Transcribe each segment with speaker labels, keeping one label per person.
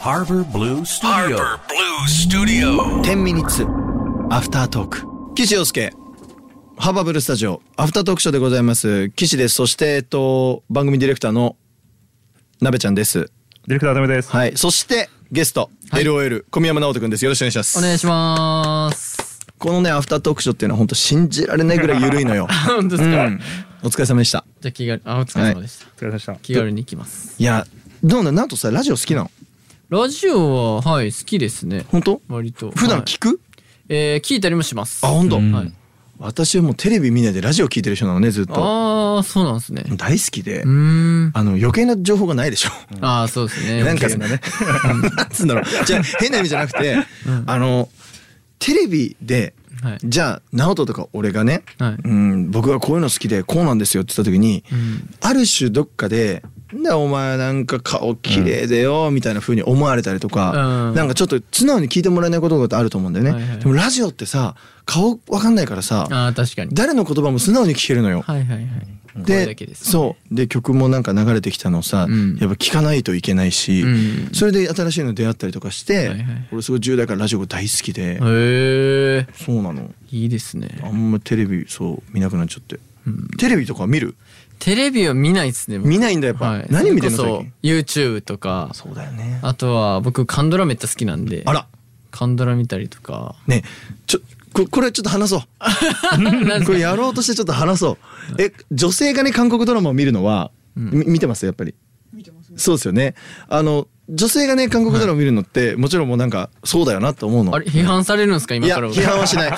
Speaker 1: Harbor Blue Studio
Speaker 2: 10ミニッツアフタートーク岸洋介ハーバーブルスタジオアフタートークショーでございます岸ですそしてえっと番組ディレクターの鍋ちゃんです
Speaker 3: ディレクターダメです。
Speaker 2: はいそしてゲスト、LOL 小宮山直人くんですよろしくお願いします
Speaker 4: お願いします。
Speaker 2: このねアフタートークショーっていうのは本当信じられないぐらい緩いのよ
Speaker 4: 本当ですか。じ
Speaker 2: お疲れ様でした
Speaker 4: ゃあ気軽あお疲れ様でした。
Speaker 3: お疲れ様でした。
Speaker 4: 気軽に行きます。
Speaker 2: いやどうなんなんとさラジオ好きなの
Speaker 4: ラジオははい好きですね。
Speaker 2: 本当
Speaker 4: 割と
Speaker 2: 普段聞
Speaker 4: はい
Speaker 2: く、
Speaker 4: えー聞いたりもします。
Speaker 2: あ本当、
Speaker 4: はい。
Speaker 2: 私はもうテレビ見ないでラジオ聞いてる人なのねずっと
Speaker 4: ああそうなんですね。
Speaker 2: 大好きで、
Speaker 4: うーん。
Speaker 2: あの余計な情報がないでしょ
Speaker 4: ああそう ですね。
Speaker 2: なんかその
Speaker 4: ね。
Speaker 2: ね、 なんつうんだろう。じゃあ変な意味じゃなくて、あのテレビで、
Speaker 4: はい
Speaker 2: じゃあ直人とか俺がね、
Speaker 4: はい
Speaker 2: うん僕がこういうの好きでこうなんですよって言った時に、
Speaker 4: ん
Speaker 2: ある種どっかで。なんだお前なんか顔綺麗でよみたいな風に思われたりとか、
Speaker 4: うん
Speaker 2: なんかちょっと素直に聞いてもらえないことがあると思うんだよね、
Speaker 4: はいはい
Speaker 2: でもラジオってさ顔わかんないからさ
Speaker 4: ああ確かに。
Speaker 2: 誰の言葉も素直に聞けるのよ、
Speaker 4: はいはいはい。声だけですね
Speaker 2: そうで曲もなんか流れてきたのをさ、
Speaker 4: うん
Speaker 2: やっぱ聴かないといけないし、
Speaker 4: うん
Speaker 2: それで新しいの出会ったりとかして、
Speaker 4: はいはい
Speaker 2: 俺すごい10代からラジオが大好きで、
Speaker 4: へえ
Speaker 2: そうなの
Speaker 4: いいですね
Speaker 2: あ。んまテレビそう見なくなっちゃって、テレビとか見る
Speaker 4: テレビは見ないですね。僕
Speaker 2: 見ないんだやっぱ、
Speaker 4: はい。
Speaker 2: 何見てんの
Speaker 4: それ
Speaker 2: 最
Speaker 4: こ
Speaker 2: 近
Speaker 4: そ YouTube とか。
Speaker 2: そうだよね
Speaker 4: あとは僕カンドラめっちゃ好きなんで。
Speaker 2: あら。
Speaker 4: カンドラ見たりと か。
Speaker 2: ねちょここれちょっと話そう これやろうとしてちょっと話そうえ女性がね韓国ドラマを見るのは、み見てますやっぱりそうですよねあの女性がね韓国ドラマを見るのって、もちろんもうなんかそうだよなと思うの
Speaker 4: あれ批判されるんですか今
Speaker 2: いや
Speaker 4: から僕
Speaker 2: 批判は しない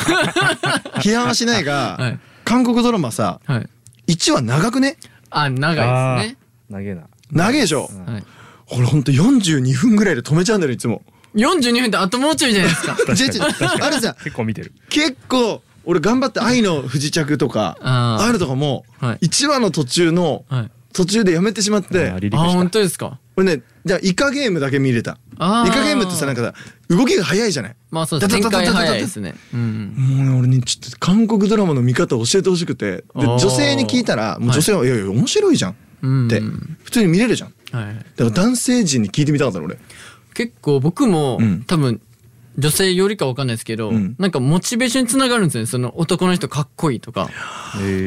Speaker 2: 批判はしないが、
Speaker 4: はい
Speaker 2: 韓国ドラマさ
Speaker 4: はい。
Speaker 2: 1話長くね
Speaker 4: あ、長いですね。
Speaker 3: あー。長えな。
Speaker 2: 長いでしょ、
Speaker 4: はい。
Speaker 2: これほんと42分ぐらいで止めちゃうんだよいつも
Speaker 4: 42分ってあともうちょいじゃないですか。
Speaker 2: 違う違うあれさ
Speaker 3: 結構見てる。
Speaker 2: 結構俺頑張って「愛の不時着」とか
Speaker 4: あ
Speaker 2: あ
Speaker 4: ー
Speaker 2: あいうのとかも
Speaker 4: はい
Speaker 2: 1話の途中の
Speaker 4: はい。
Speaker 2: 途中でやめてしまって
Speaker 3: あー離陸
Speaker 4: あ、
Speaker 3: し
Speaker 4: 本
Speaker 3: た。
Speaker 4: 当ですか。
Speaker 2: 俺ねじゃあイカゲームだけ見れたイ
Speaker 4: あー
Speaker 2: カゲームってさなんかさ動きが早いじゃない
Speaker 4: まあそうです。展
Speaker 2: ダダダ
Speaker 4: 開
Speaker 2: ダダダダ
Speaker 4: 早いですね。うん
Speaker 2: もうね俺にちょっと韓国ドラマの見方を教えてほしくてで
Speaker 4: あー
Speaker 2: 女性に聞いたらもう女性は「いやいや面白いじゃん」
Speaker 4: うん。
Speaker 2: って
Speaker 4: うん
Speaker 2: 普通に見れるじゃん
Speaker 4: はい。
Speaker 2: だから男性陣に聞いてみたかったの俺
Speaker 4: 結構僕も
Speaker 2: うん
Speaker 4: 多分女性よりかわかんないですけど
Speaker 2: うん、
Speaker 4: なんかモチベーションにつながるんですよね。その男の人かっこいいとか、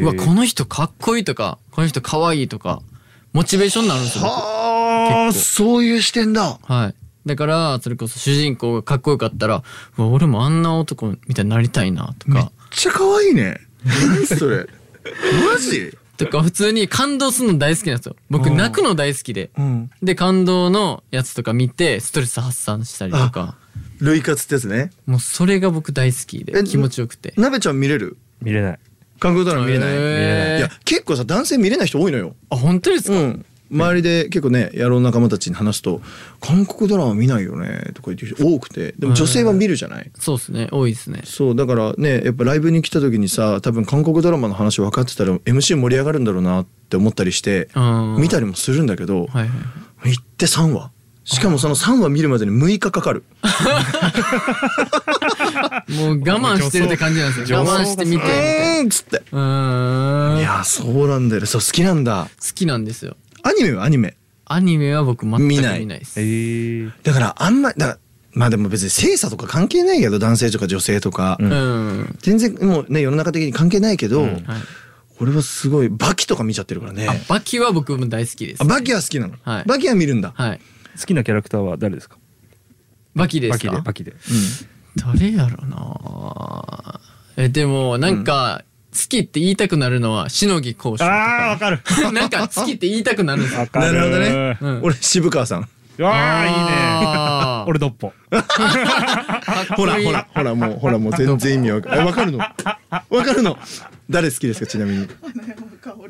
Speaker 4: うわ、この人かっこいいとか、この人かわいいとか、モチベーションになるんですよ。僕
Speaker 2: はあそういう視点だ
Speaker 4: はい。だから、それこそ主人公がかっこよかったら、うわ、俺もあんな男みたいになりたいなと
Speaker 2: めっ
Speaker 4: か、
Speaker 2: ちゃ可愛いね何それマジ
Speaker 4: とか普通に感動するの大好きなんですよ。僕、泣くの大好きで。
Speaker 2: うん
Speaker 4: で、感動のやつとか見て、ストレス発散したりとか、
Speaker 2: 類活ってやつね
Speaker 4: もうそれが僕大好き
Speaker 2: え
Speaker 4: で、気持ちよくて。
Speaker 2: なべちゃん見れる
Speaker 3: 見れない。
Speaker 2: 韓国ドラマ見れない、
Speaker 4: へー
Speaker 2: いや結構さ男性見れない人多いのよ
Speaker 4: あ、本当です
Speaker 2: う
Speaker 4: か、
Speaker 2: ん周りで結構ね野郎仲間たちに話すと「韓国ドラマ見ないよね」とか言ってる人多くてでも女性は見るじゃない
Speaker 4: そうですね、多いですね。
Speaker 2: そうだからねやっぱライブに来た時にさ多分韓国ドラマの話分かってたら MC 盛り上がるんだろうなって思ったりして
Speaker 4: うん。
Speaker 2: 見
Speaker 4: い。
Speaker 2: たりもするんだけど、
Speaker 4: はいはい。
Speaker 2: 行って3話しかもその3話見るまでに6日かかる
Speaker 4: もう我慢してるって感じなんですよ。
Speaker 3: 女装
Speaker 4: 我慢して見てみ
Speaker 2: う
Speaker 4: たい
Speaker 2: ーんっつって
Speaker 4: な。
Speaker 2: い
Speaker 4: うーん。好
Speaker 2: やそうなんだよそう好きなんだ
Speaker 4: きなんですよ。
Speaker 2: アニメはアニメ
Speaker 4: アニメは僕全く
Speaker 2: 見
Speaker 4: 見
Speaker 2: な
Speaker 4: ないいです。
Speaker 3: ええ。
Speaker 2: だからあんまだからまあでも別に性差とか関係ないけど男性とか女性とか、
Speaker 3: ん
Speaker 4: うん。
Speaker 2: 全然もうね世の中的に関係ないけど、
Speaker 3: うん
Speaker 4: はい。
Speaker 2: 俺はすごいバキとか見ちゃってるからね
Speaker 4: あ、バキは僕も大好きです、
Speaker 2: あバキは好きなの、
Speaker 4: はい
Speaker 2: バキは見るんだ、
Speaker 4: はい。
Speaker 3: 好きなキャラクターは誰ですか。
Speaker 4: バキで
Speaker 3: バ
Speaker 4: す
Speaker 3: キで。
Speaker 4: か
Speaker 3: バキで。
Speaker 4: 誰やろなえ、でも、なんか、好きって言いたくなるのは、しのぎ講師と
Speaker 3: ああ、わ
Speaker 4: か。
Speaker 3: かる。
Speaker 4: なんか、好きって言いたくなるんですよ
Speaker 3: わ。かる。
Speaker 2: なるほ
Speaker 4: う
Speaker 2: どね、
Speaker 4: ん
Speaker 2: 俺渋川さん
Speaker 3: どね。わあ、いいね。
Speaker 4: あー
Speaker 3: 俺ドッポ。
Speaker 2: ほら
Speaker 4: かっこいい
Speaker 2: ほらほらもうほらもう全然意味わかるわかるのわかるの誰好きですかちなみに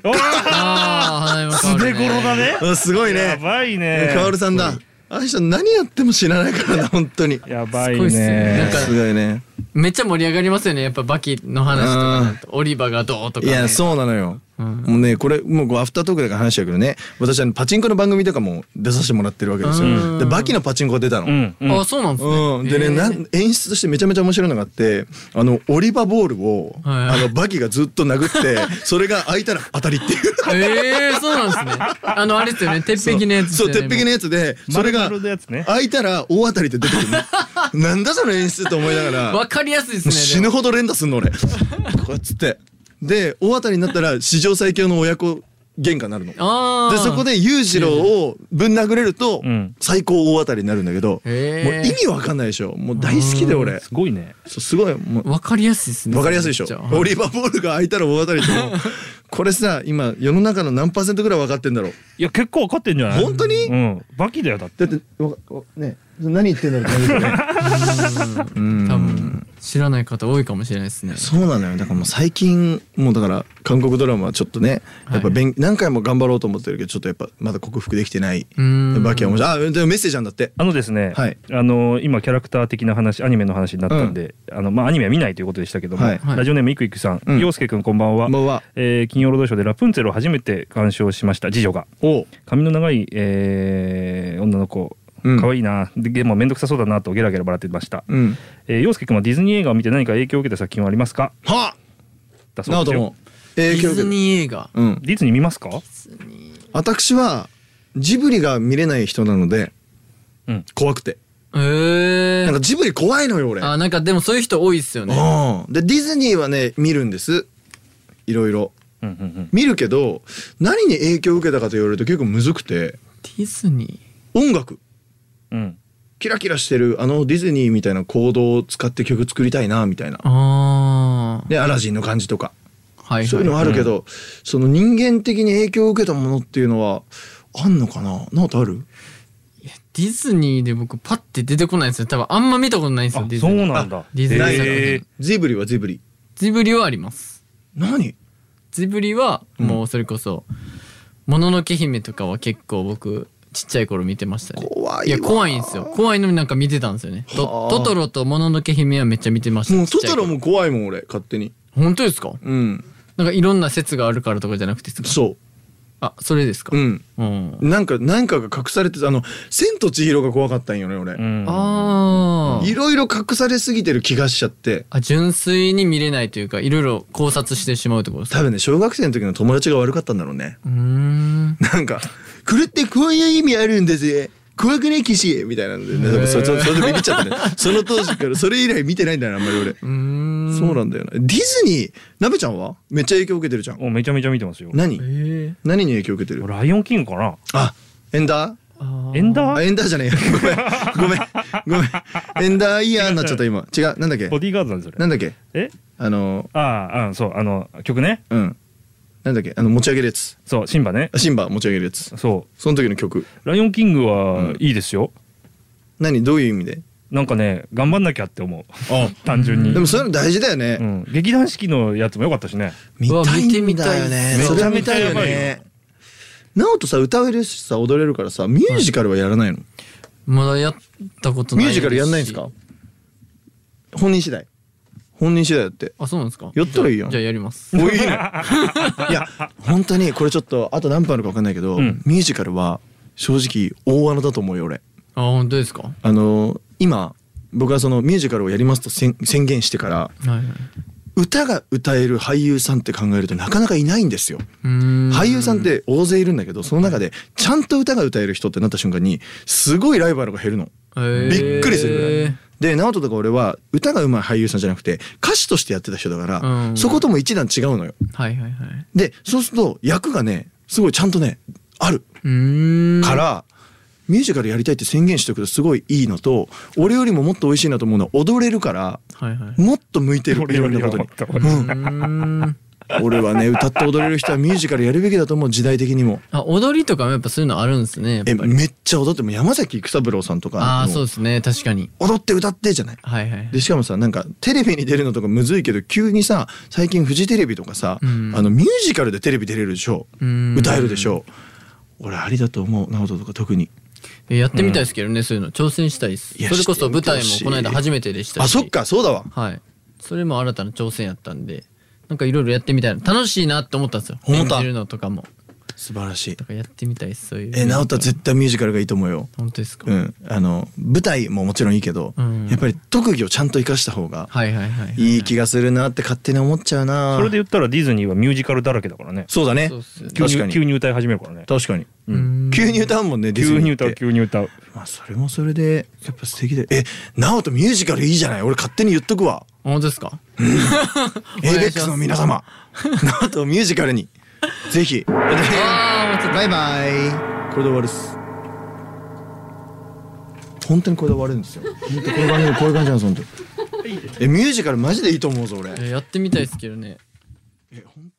Speaker 3: おー
Speaker 4: あー、花山
Speaker 3: 素手頃だ。ね。
Speaker 2: あすごい
Speaker 3: や
Speaker 2: ね
Speaker 3: ばいね。
Speaker 2: カオルさんだあの人何やっても知らないからな本当に
Speaker 3: やば
Speaker 4: す
Speaker 3: い
Speaker 4: ごいっすねなん
Speaker 3: ね
Speaker 4: か。
Speaker 2: すごいね
Speaker 4: めっちゃ盛り上がりますよね。やっぱ、バキの話とかなると、オリバがどうとか、
Speaker 2: い
Speaker 4: ね。
Speaker 2: やそうなのよ
Speaker 4: うん
Speaker 2: もうねこれもうこうアフタートークだから話だけどね私あのパチンコの番組とかも出させてもらってるわけです
Speaker 4: う
Speaker 2: よ
Speaker 4: ん
Speaker 2: でバキのパチンコが出たの、
Speaker 3: うんうん
Speaker 4: あそうなんですね。
Speaker 2: うん、でね、
Speaker 4: えー
Speaker 2: なん演出としてめちゃめちゃ面白いのがあってあのオリバボールを、
Speaker 4: はい
Speaker 2: あのバキがずっと殴って それが開いたら当たりっていう。
Speaker 4: ええそうなんですね。あのあれで すよね、鉄壁のやつ。
Speaker 2: そう鉄壁の
Speaker 4: や
Speaker 2: やつでそれが
Speaker 3: 丸々のやつね
Speaker 2: 開いたら大当たりって出てく るのなんだその演出と思いながら
Speaker 4: わかりやすいですね。
Speaker 2: もう死ぬほど連打すんの 俺こうやっつってで大当たりになったら史上最強の親子喧嘩になるので
Speaker 4: ああ。
Speaker 2: そこで裕次郎をぶん殴れると
Speaker 3: うん
Speaker 2: 最高大当たりになるんだけど、
Speaker 4: へー
Speaker 2: もう意味わかんないでしょもう大好きで俺
Speaker 3: すごいね
Speaker 2: そうすごいもう
Speaker 4: わかりやすいですね。
Speaker 2: わかりやすいでしょ
Speaker 4: じゃあ
Speaker 2: オリバーボールが開いたら大当たりってもう これさ今世の中の何パーセントぐらい分かってんだろう
Speaker 3: いや結構分かってんじゃない
Speaker 2: 本当に
Speaker 3: うんバキだよだって
Speaker 2: だってわわね何言ってんだろうって感じだよ ね
Speaker 4: うん多分知らない方多いかもしれないですね。
Speaker 2: そうなのよだからもう最近もうだから韓国ドラマはちょっとねやっぱ
Speaker 4: はい
Speaker 2: 勉、何回も頑張ろうと思ってるけどちょっとやっぱまだ克服できてない
Speaker 4: うん
Speaker 2: わけは面白いあでもメッセージなんだって
Speaker 3: あのですね、
Speaker 2: はい
Speaker 3: あの今キャラクター的な話アニメの話になったんで、あのまあアニメは見ないということでしたけども、
Speaker 2: はい
Speaker 4: はい
Speaker 3: ラジオネームいくいくさん、
Speaker 2: うん
Speaker 3: 陽介くんこんばんは、
Speaker 2: こんばんは
Speaker 3: えー金曜ロードショーでラプンツェルを初めて鑑賞しました次女が
Speaker 2: おう
Speaker 3: 髪の長い、えー女の子
Speaker 2: うん
Speaker 3: 可愛いな、ででも面倒くさそうだなとゲラゲラ笑ってました、
Speaker 2: うん
Speaker 3: えー、陽介くんはディズニー映画を見て何か影響を受けた作品はありますか
Speaker 2: は
Speaker 3: だそ
Speaker 2: な
Speaker 3: う
Speaker 2: お
Speaker 3: です
Speaker 2: と
Speaker 3: よ
Speaker 2: も
Speaker 4: デ
Speaker 2: 影響
Speaker 4: ィ
Speaker 2: を受
Speaker 4: ズ
Speaker 2: けた
Speaker 4: ニー映画。
Speaker 2: うん
Speaker 3: ディズニー見ますか
Speaker 2: 私はジブリが見れない人なので
Speaker 3: うん
Speaker 2: 怖くて
Speaker 4: え
Speaker 2: なん
Speaker 4: え
Speaker 2: か。ジブリ怖いのよ俺
Speaker 4: あなんかでもそういう人多いですよね。
Speaker 2: うんでディズニーはね見るんですいろいろ
Speaker 3: うんうんうん
Speaker 2: 見るけど何に影響を受けたかと言われると結構むずくて
Speaker 4: ディズニー。
Speaker 2: 音楽
Speaker 3: うん
Speaker 2: キラキラしてるあのディズニーみたいな行動を使って曲作りたいなみたいな
Speaker 4: ああ。
Speaker 2: でアラジンの感じとか
Speaker 4: はいはい。
Speaker 2: そういうのはあるけど、その人間的に影響を受けたものっていうのはあんのかななあとある
Speaker 4: ディズニーで僕パッて出てこないんですよ。多分あんま見たことないんですよ。
Speaker 3: あ
Speaker 4: ディズ
Speaker 3: そ
Speaker 4: ニー
Speaker 3: うなんだ
Speaker 4: あディズニー作品
Speaker 3: え
Speaker 2: ジブリはジブリ
Speaker 4: ジブリはあります。
Speaker 2: 何
Speaker 4: ジブリは
Speaker 2: うん
Speaker 4: もうそれこそ、もののけ姫とかは結構僕、ちっちゃい頃見てましたね。
Speaker 2: 怖いわ
Speaker 4: や、怖いんですよ。怖いのになんか見てたんですよね。
Speaker 2: は
Speaker 4: と
Speaker 2: あ
Speaker 4: トトロともののけ姫はめっちゃ見てました。
Speaker 2: もう
Speaker 4: ち
Speaker 2: ト
Speaker 4: っちゃい
Speaker 2: ト
Speaker 4: 頃
Speaker 2: ロ。も怖いもん俺勝手に
Speaker 4: 本当ですか
Speaker 2: うん
Speaker 4: なんかいろんな説があるからとかじゃなくてですか
Speaker 2: そ
Speaker 4: あ、それですか
Speaker 2: ううん
Speaker 4: うん。
Speaker 2: なんかなんかが隠されてたあの「千と千尋」が怖かったんよね俺、
Speaker 3: ーうん
Speaker 4: あ
Speaker 2: い
Speaker 4: ー
Speaker 2: ろいろ隠されすぎてる気がしちゃって
Speaker 4: あ。純粋に見れないというか、いろいろ考察してしまうってことですか
Speaker 2: 多分ね小学生の時の友達が悪かったんだろうね
Speaker 4: うーん。
Speaker 2: なんか「これってこういう意味あるんだぜ怖くねえ騎士」みたいなんでね
Speaker 4: へえ
Speaker 2: そそそれでビビっちゃったねその当時からそれ以来見てないんだよねあんまり俺、
Speaker 4: うーん。
Speaker 2: そうなんだよなディズニーなべちゃんはめっちゃ影響受けてるじゃん
Speaker 3: おめちゃめちゃ見てますよ
Speaker 2: 何
Speaker 4: え
Speaker 2: 何に影響受けてる
Speaker 3: ライオンキングかな
Speaker 2: あエンダー
Speaker 4: ー
Speaker 3: エンダ
Speaker 2: あ
Speaker 3: ー
Speaker 2: エンダーじゃねえよごめんごめんごめんエンダーイヤーになっちゃった今違うなんだっけ
Speaker 3: ボディーガードなんですよ
Speaker 2: な
Speaker 3: ね
Speaker 2: んだっけ
Speaker 3: え
Speaker 2: あの
Speaker 3: ああうんそうあの曲ね
Speaker 2: うんなんだっけあの持ち上げるやつ
Speaker 3: そうシンバね
Speaker 2: あシンバ持ち上げるやつ
Speaker 3: そ
Speaker 2: その時の曲
Speaker 3: うライオンキング
Speaker 2: う
Speaker 3: は
Speaker 2: ん
Speaker 3: いいですよ、
Speaker 2: 何どういう意味で
Speaker 3: なんかね頑張んなきゃっ て思う
Speaker 2: あ
Speaker 3: 単純に
Speaker 2: でもそういうの大事だよね、
Speaker 3: うん、劇団四季のやつも良かったしね
Speaker 2: 見たいん
Speaker 4: うわ見てみた
Speaker 2: だ
Speaker 4: い
Speaker 2: よ
Speaker 4: っ
Speaker 2: ね
Speaker 4: す
Speaker 2: それは見たいよ
Speaker 3: めちゃめちゃや
Speaker 2: ねなおとさ歌えるしさ踊れるからさミュージカルはやらないの、
Speaker 4: まだやったことな
Speaker 2: ミ
Speaker 4: い
Speaker 2: ュージカルやんないんですか本人次第本人次第だって
Speaker 4: あそうなんですか
Speaker 2: やったらいいやん
Speaker 4: じゃあじゃあやります
Speaker 2: おいいね いや本当にこれちょっとあと何分あるか分かんないけど、
Speaker 3: うん
Speaker 2: ミュージカルは正直大穴だと思うよ俺
Speaker 4: あ本当ですかは
Speaker 2: あの今僕はそのミュージカルをやりますと宣宣言してから
Speaker 4: いはい
Speaker 2: 歌が歌える俳優さんって考えるとなかなかいないんですよ
Speaker 4: うーん
Speaker 2: 俳優さんって大勢いるんだけどその中でちゃんと歌が歌える人ってなった瞬間にすごいライバルが減るの。
Speaker 4: へー
Speaker 2: びっくりするぐらい。で直人とか俺は歌が上手い俳優さんじゃなくて歌手としてやってた人だから、
Speaker 4: うん
Speaker 2: そことも一段違うのよ。
Speaker 4: はいはいはい
Speaker 2: でそうすると役がねすごいちゃんとねある
Speaker 4: うーん
Speaker 2: から、ミュージカルやりたいって宣言しておくとすごいいいのと俺よりももっと美味しいなと思うのは踊れるから
Speaker 4: はいはい
Speaker 2: もっと向いてるい
Speaker 3: 俺
Speaker 2: ろ
Speaker 3: よ
Speaker 2: ん
Speaker 3: り
Speaker 2: な
Speaker 3: は
Speaker 2: ことに
Speaker 3: もっ。と俺
Speaker 4: うーん
Speaker 2: 俺はね歌って踊れる人はミュージカルやるべきだと思う時代的にも。
Speaker 4: あ踊りとかもやっぱそういうのあるんですねやっぱ
Speaker 2: え
Speaker 4: り
Speaker 2: めっちゃ踊っても山崎育三郎さんとか
Speaker 4: あー
Speaker 2: もう
Speaker 4: そうですね確かに
Speaker 2: 踊って歌ってじゃない
Speaker 4: はいはい
Speaker 2: でしかもさなんかテレビに出るのとかむずいけど急にさ最近フジテレビとかさ、
Speaker 4: うん
Speaker 2: あのミュージカルでテレビ出れるでしょ、
Speaker 4: うん
Speaker 2: 歌えるでしょ俺ありだと思う直人とか特に
Speaker 4: えやってみたいですけどねそういうの挑戦したいです
Speaker 2: いや
Speaker 4: それこそ舞台も
Speaker 2: してみてほしい
Speaker 4: この間初めてでしたし
Speaker 2: あそっかそうだわ
Speaker 4: はいそれも新たな挑戦やったんでなんかいろいろやってみたいな楽しいなって思ったんですよ
Speaker 2: 思った
Speaker 4: 演じるのとかも
Speaker 2: 素晴らしい
Speaker 4: だからやってみたいですそういう
Speaker 2: え直人は絶対ミュージカルがいいと思うよ
Speaker 4: 本当ですか、
Speaker 2: うんあの舞台ももちろんいいけど、
Speaker 4: うん
Speaker 2: やっぱり特技をちゃんと生かした方が
Speaker 4: はいはいはい
Speaker 2: いい気がするなって勝手に思っちゃうな
Speaker 3: それで言ったらディズニーはミュージカルだらけだからね
Speaker 2: そうだね
Speaker 4: そうっすよね
Speaker 3: 急
Speaker 2: 確か
Speaker 3: に急
Speaker 2: に
Speaker 3: に歌い始めるからね
Speaker 2: 確かに
Speaker 3: う
Speaker 4: うん
Speaker 2: 急に歌うもんねディズ
Speaker 3: 急
Speaker 2: ニ
Speaker 3: に
Speaker 2: ーって
Speaker 3: 歌う急に歌う
Speaker 2: まあそれもそれでやっぱ素敵でえ直人ミュージカルいいじゃない俺勝手に言っとくわ
Speaker 4: 本当ですか
Speaker 2: エ
Speaker 4: 願いします
Speaker 2: イベックスの皆 様直人をミュージカルにぜひ
Speaker 4: ああ
Speaker 2: バイバイこれで終わるっす本当にこれで終わるん ですよ本当こういう感じこういう感じなんです本当えミュージカルマジでいいと思うぞ俺
Speaker 4: やってみたいですけどね
Speaker 2: え本当